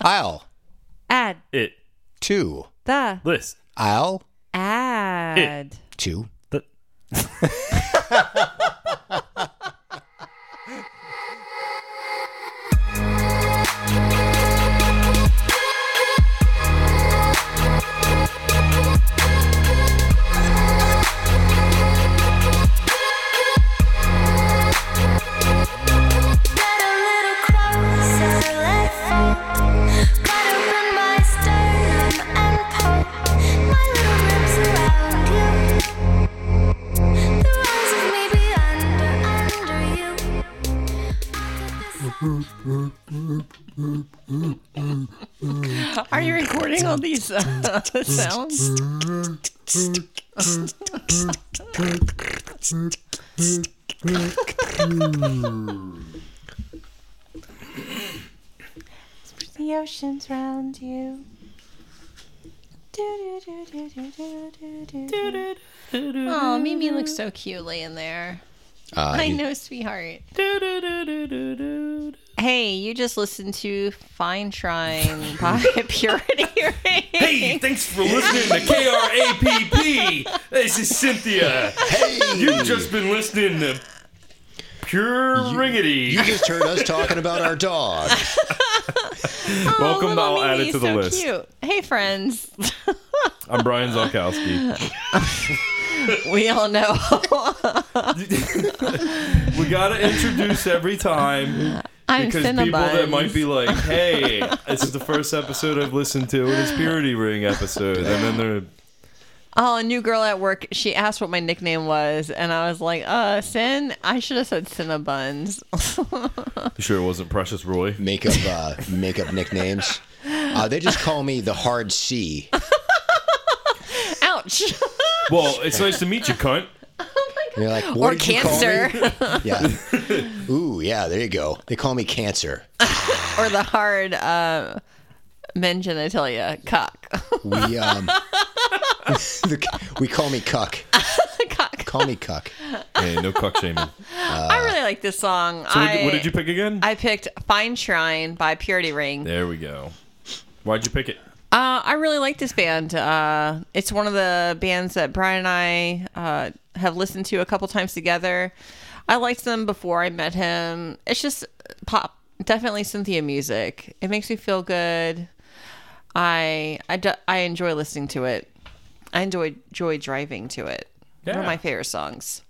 I'll Add It. two. the This. I'll ad. two. The. Get a little closer, let fall. Gotta run my sternum and pull my little lips around you. The rise of me be under, under you. Are you recording all these uh, sounds? The ocean's round you. Do, do, do, do, do, do, do, do. Oh, Mimi looks so cute laying there. Uh, I he- know, sweetheart. Hey, you just listened to Fine Shrine by Purity Ring. Hey, thanks for listening to KRAPP. This is Cynthia. Hey, You've just been listening to Pure Ringity. you just heard us talking about our dog. Welcome, Oh, Little I'll add Mimi's it to the so list. Cute. Hey, friends. I'm Brian Zolkowski. we all know. we gotta introduce every time I'm because Cinnabon. people that might be like, "Hey, this is the first episode I've listened to, and it's Purity Ring episode," and then they're Oh, a new girl at work. She asked what my nickname was, and I was like, "Uh, Sin." I should have said Cinnabuns. you sure it wasn't Precious Roy. Make up, uh, make up nicknames. Uh, they just call me the hard C. Ouch. Well, it's nice to meet you, cunt. You're like, what or did you call me? cancer, Yeah. Ooh, yeah. There you go. They call me cancer. or the hard uh, men genitalia cock. We um, the, we call me cuck. cock. Call me cuck. Hey, no cuck shaming. So I really like this song. what, I, did, what did you pick again? I picked "Fine Shrine" by Purity Ring. there we go. Why'd you pick it? Uh, I really like this band. Uh, it's one of the bands that Brian and I uh, have listened to a couple times together. I liked them before I met him. It's just pop, definitely Cynthia music. It makes me feel good. I I, do- I enjoy listening to it. I enjoy joy driving to it. One Yeah. of my favorite songs.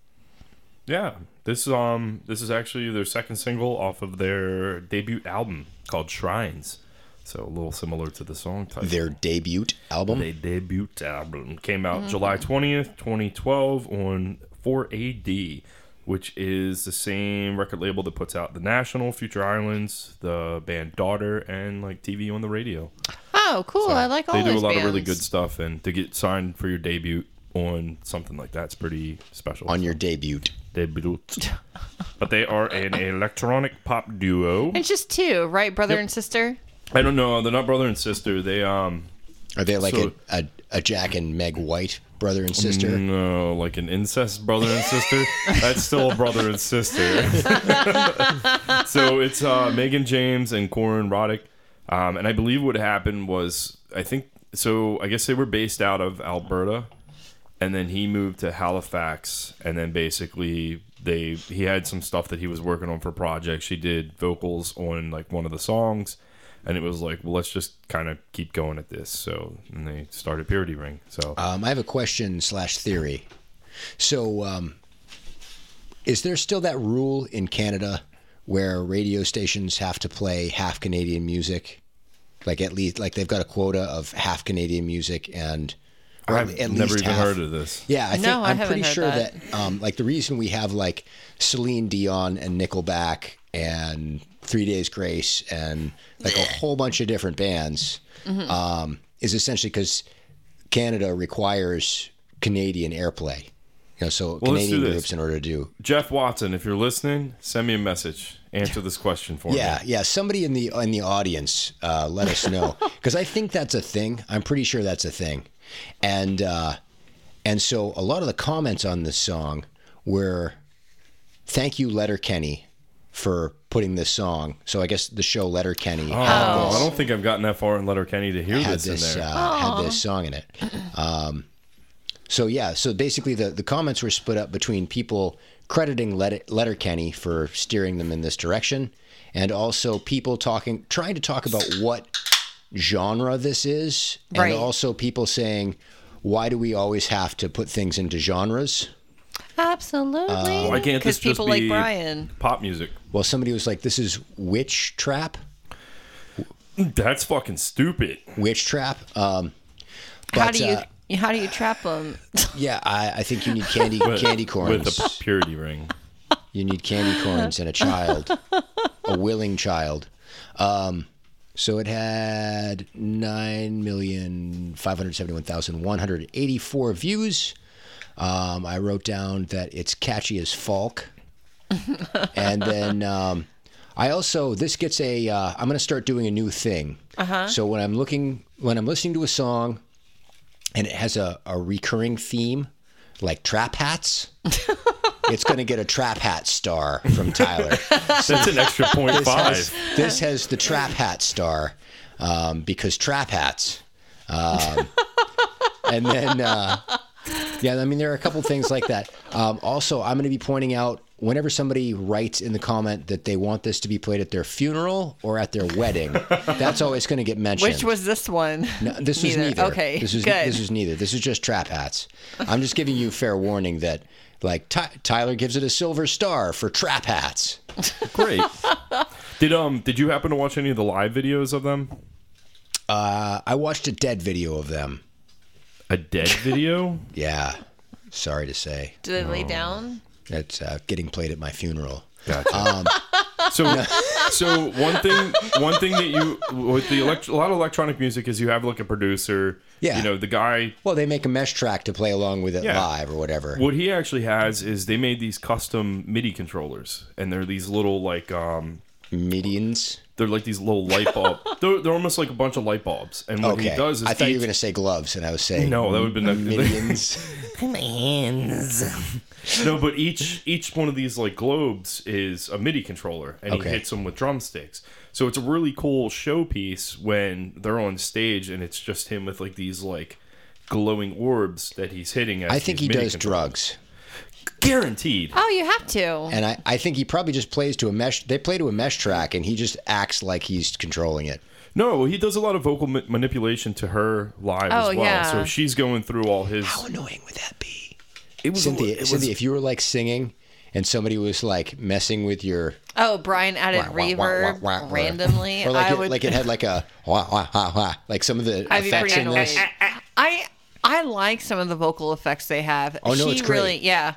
Yeah, this is um, this is actually their second single off of their debut album called Shrines. So a little similar to the song title. Their debut album. Their debut album came out July twentieth, twenty twelve, on Four AD, which is the same record label that puts out The National, Future Islands, the band Daughter, and like TV on the radio. Oh, cool! I like all. they do those a lot of really bands. good stuff, and to get signed for your debut on something like that's pretty special. on your debut. debut. but they are an electronic pop duo. It's just two, right? Brother and sister. I don't know. They're not brother and sister. They um Are they like So- Mm, a, a a Jack and Meg White brother and sister? no like an incest brother and sister. That's still a brother and sister. so it's uh, Megan James and Corin Roddick. Um, and I believe what happened was I think so. I guess they were based out of Alberta, and then he moved to Halifax, and then basically they he had some stuff that he was working on for projects. She did vocals on like one of the songs, and it was like, well, let's just kind of keep going at this. So and they started Purity Ring. So Um, I have a question slash theory. So, um, is there still that rule in Canada where radio stations have to play half Canadian music? Like at least like they've got a quota of half Canadian music and or I've at never least even half- heard of this. Yeah, I think No, I I'm haven't pretty heard sure that, that. um, like the reason we have like Celine Dion and Nickelback and Three Days Grace and like a whole bunch of different bands Mm-hmm. um, is essentially because Canada requires Canadian airplay. You know, so let's do Canadian this. groups in order to do Jeff Watson, if you're listening, send me a message. Answer this question for Yeah, me. yeah. Somebody in the in the audience, uh, let us know because I think that's a thing. I'm pretty sure that's a thing, and uh, and so a lot of the comments on this song were, "Thank you, Letter Kenny, for putting this song. So I guess the show Letter Kenny Oh, I don't think I've gotten that far in Letterkenny to hear had this, this in there. uh, had this song in it. Um, so yeah, so basically the the comments were split up between people crediting Let- Letterkenny for steering them in this direction, and also people talking trying to talk about what genre this is, Right. and also people saying why do we always have to put things into genres? Absolutely. Uh, Why can't Because this just people be like Brian. pop music? Well, somebody was like, "This is witch trap, That's fucking stupid. witch trap." Um, but How do uh, you how do you trap them? yeah, I, I think you need candy candy corns with the purity ring. You need candy corns and a child, a willing child. Um, so it had 9,571,184 views. Um, I wrote down that it's catchy as Falk. and then um, I also, this gets a, uh, I'm going to start doing a new thing. So when I'm looking, when I'm listening to a song and it has a, a recurring theme, like trap hats it's going to get a trap hat star from Tyler. That's an extra point This, five. has, this has the trap hat star um, because trap hats. Um, and then, uh, yeah, I mean, there are a couple things like that. Um, also, I'm going to be pointing out whenever somebody writes in the comment that they want this to be played at their funeral or at their wedding, that's always going to get mentioned. Which was this one? No, this was neither. Okay. This was good. this was neither. This is just trap hats. I'm just giving you fair warning that like Ty- Tyler gives it a silver star for trap hats. Great. Did um did you happen to watch any of the live videos of them? Uh, I watched a dead video of them. A dead video? Yeah. Sorry to say. Did they lay down? That's uh, getting played at my funeral. Gotcha. so, so one thing, one thing that you with the elect- a lot of electronic music is you have like a producer. Yeah. You know the guy. Well, they make a mesh track to play along with it Yeah. live or whatever. What he actually has is they made these custom MIDI controllers, and they're these little like um Medians. they're like these little light bulb. they're, they're almost like a bunch of light bulbs. And what Okay. he does is I thought you were each- going to say gloves, and I was saying no, that would have been Medians. No, but each each one of these like globes is a MIDI controller, and Okay. he hits them with drumsticks. So it's a really cool showpiece when they're on stage, and it's just him with like these like glowing orbs that he's hitting. As I think he these MIDI does controllers. drugs. guaranteed. Oh, you have to. And I, I think he probably just plays to a mesh. They play to a mesh track, and he just acts like he's controlling it. No, he does a lot of vocal ma- manipulation to her live Oh, as well. yeah. So she's going through all his. annoying would that be? It was a- Cynthia, it was- Cynthia, if you were like singing and somebody was like messing with your Oh, Brian added wah, wah, wah, reverb wah, wah. randomly. or like I it, would like it had like a wah wah wah wah, like some of the I'd be effects pretty in annoyed. this. I I like some of the vocal effects they have. Oh, no, she it's great. really yeah.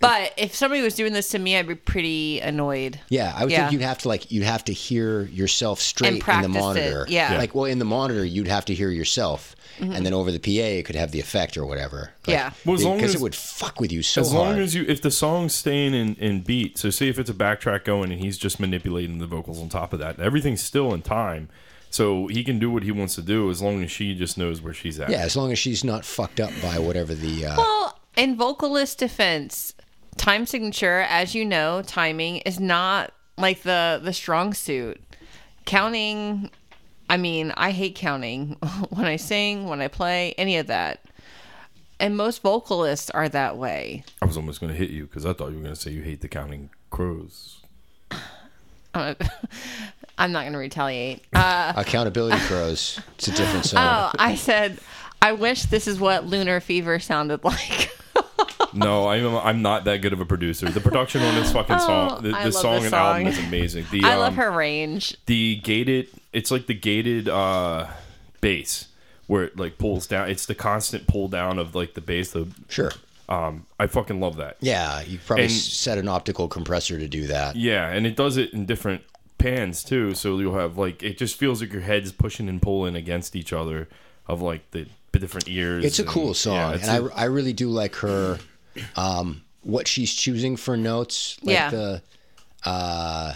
But if somebody was doing this to me, I'd be pretty annoyed. Yeah, I would Yeah. think you'd have to like you'd have to hear yourself straight in the practice it, monitor. yeah. Yeah. like well, in the monitor you'd have to hear yourself, and then over the PA it could have the effect or whatever. Like, Yeah. Well, as long because it as- would fuck with you so As hard. long as you, if the song's staying in, in beat, so say if it's a backtrack going and he's just manipulating the vocals on top of that, everything's still in time. So he can do what he wants to do as long as she just knows where she's at. yeah, as long as she's not fucked up by whatever the. Uh, Well, in vocalist defense, time signature, as you know, timing is not like the the strong suit. Counting, I mean, I hate counting when I sing, when I play, any of that. And most vocalists are that way. I was almost going to hit you because I thought you were going to say you hate the Counting Crows. I'm not- I'm not going to retaliate. Uh, Accountability Crows. It's a different song. oh, I said, I wish this is what Lunar Fever sounded like. no, I'm I'm not that good of a producer. The production on this fucking song, the, Oh, I the love song this and song. album is amazing. The, I love um, her range. the gated it's like the gated uh bass where it like pulls down it's the constant pull down of like the bass the Sure. um i fucking love that Yeah, you probably And- s- set an optical compressor to do that. yeah and it does it in different pans too so you'll have like it just feels like your head's pushing and pulling against each other of like the the different ears It's a and- cool song, yeah, it's and I a- I really do like her, um, what she's choosing for notes. Like Yeah. The, uh,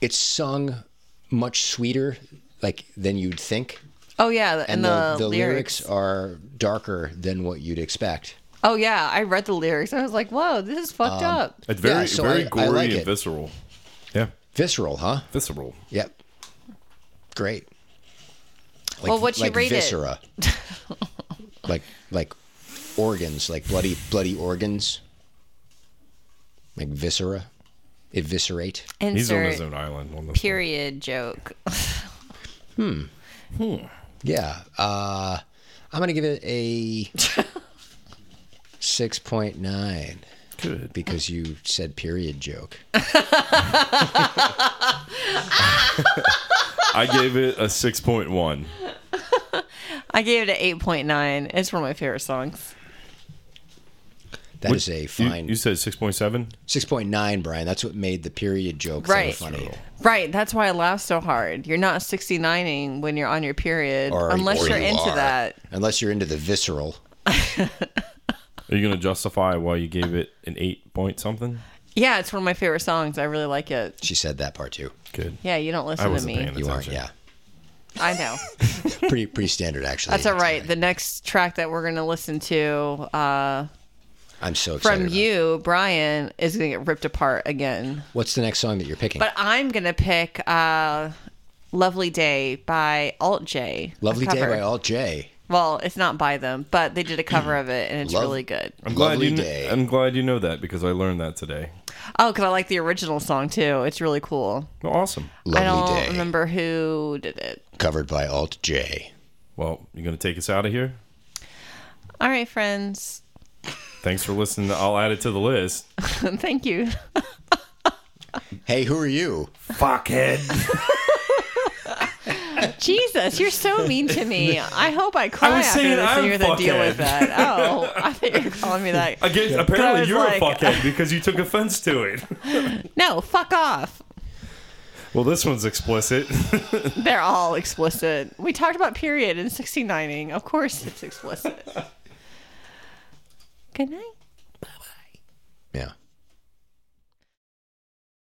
it's sung much sweeter, like than you'd think, Oh, yeah. And, the, lyrics lyrics. are darker than what you'd expect. Oh, yeah. I read the lyrics. I was like, whoa, this is fucked up. it's very yeah, so very I- I gory like and it. visceral yeah Visceral, huh? Visceral. Yep. Great. Like, Well, what'd you like rate it? viscera. like like organs, like bloody bloody organs. Like viscera. Eviscerate. He's on his Insert own island. On this one. period joke. Yeah. Uh I'm gonna give it a six point nine Good. because you said period joke. I gave it a six point one. I gave it an eight point nine. It's one of my favorite songs. That is a fine You, you said six point seven. six point nine, Brian. That's what made the period joke so Right. funny. Right, that's why I laugh so hard. You're not 69ing when you're on your period, Or- unless or you're you into are. that. Unless you're into the visceral. Are you gonna justify why you gave it an eight point something? Yeah, it's one of my favorite songs. I really like it. She said that part too. Good. Yeah, you don't I listen to wasn't paying me. You aren't, attention. yeah. I know. Pretty pretty standard actually. That's all It's right. The next track that we're going to listen to uh, I'm so excited. from about you, Brian, is going to get ripped apart again. it. What's the next song that you're picking? But I'm going to pick uh, Lovely Day by Alt J. a Lovely Day cover. by Alt J. Well, it's not by them, but they did a cover of it, and it's Love- really good. I'm glad Lovely you. kn- Day. I'm glad you know that because I learned that today. Oh, because I like the original song too. It's really cool. Well, awesome. Lovely I don't Day. remember who did it. Covered by Alt J. Well, you gonna take us out of here? All right, friends. Thanks for listening. to I'll add it to the list. Thank you. Hey, who are you? Fuckhead. Jesus, you're so mean to me. I hope I cry was after saying this I'm and you're gonna deal with fuckhead. that. Oh, I thought you were calling me that. Again, I apparently was you're like- a fuckhead because you took offense to it. No, fuck off. Well, this one's explicit. They're all explicit. We talked about period and 69ing. Of course it's explicit. Good night. Yeah.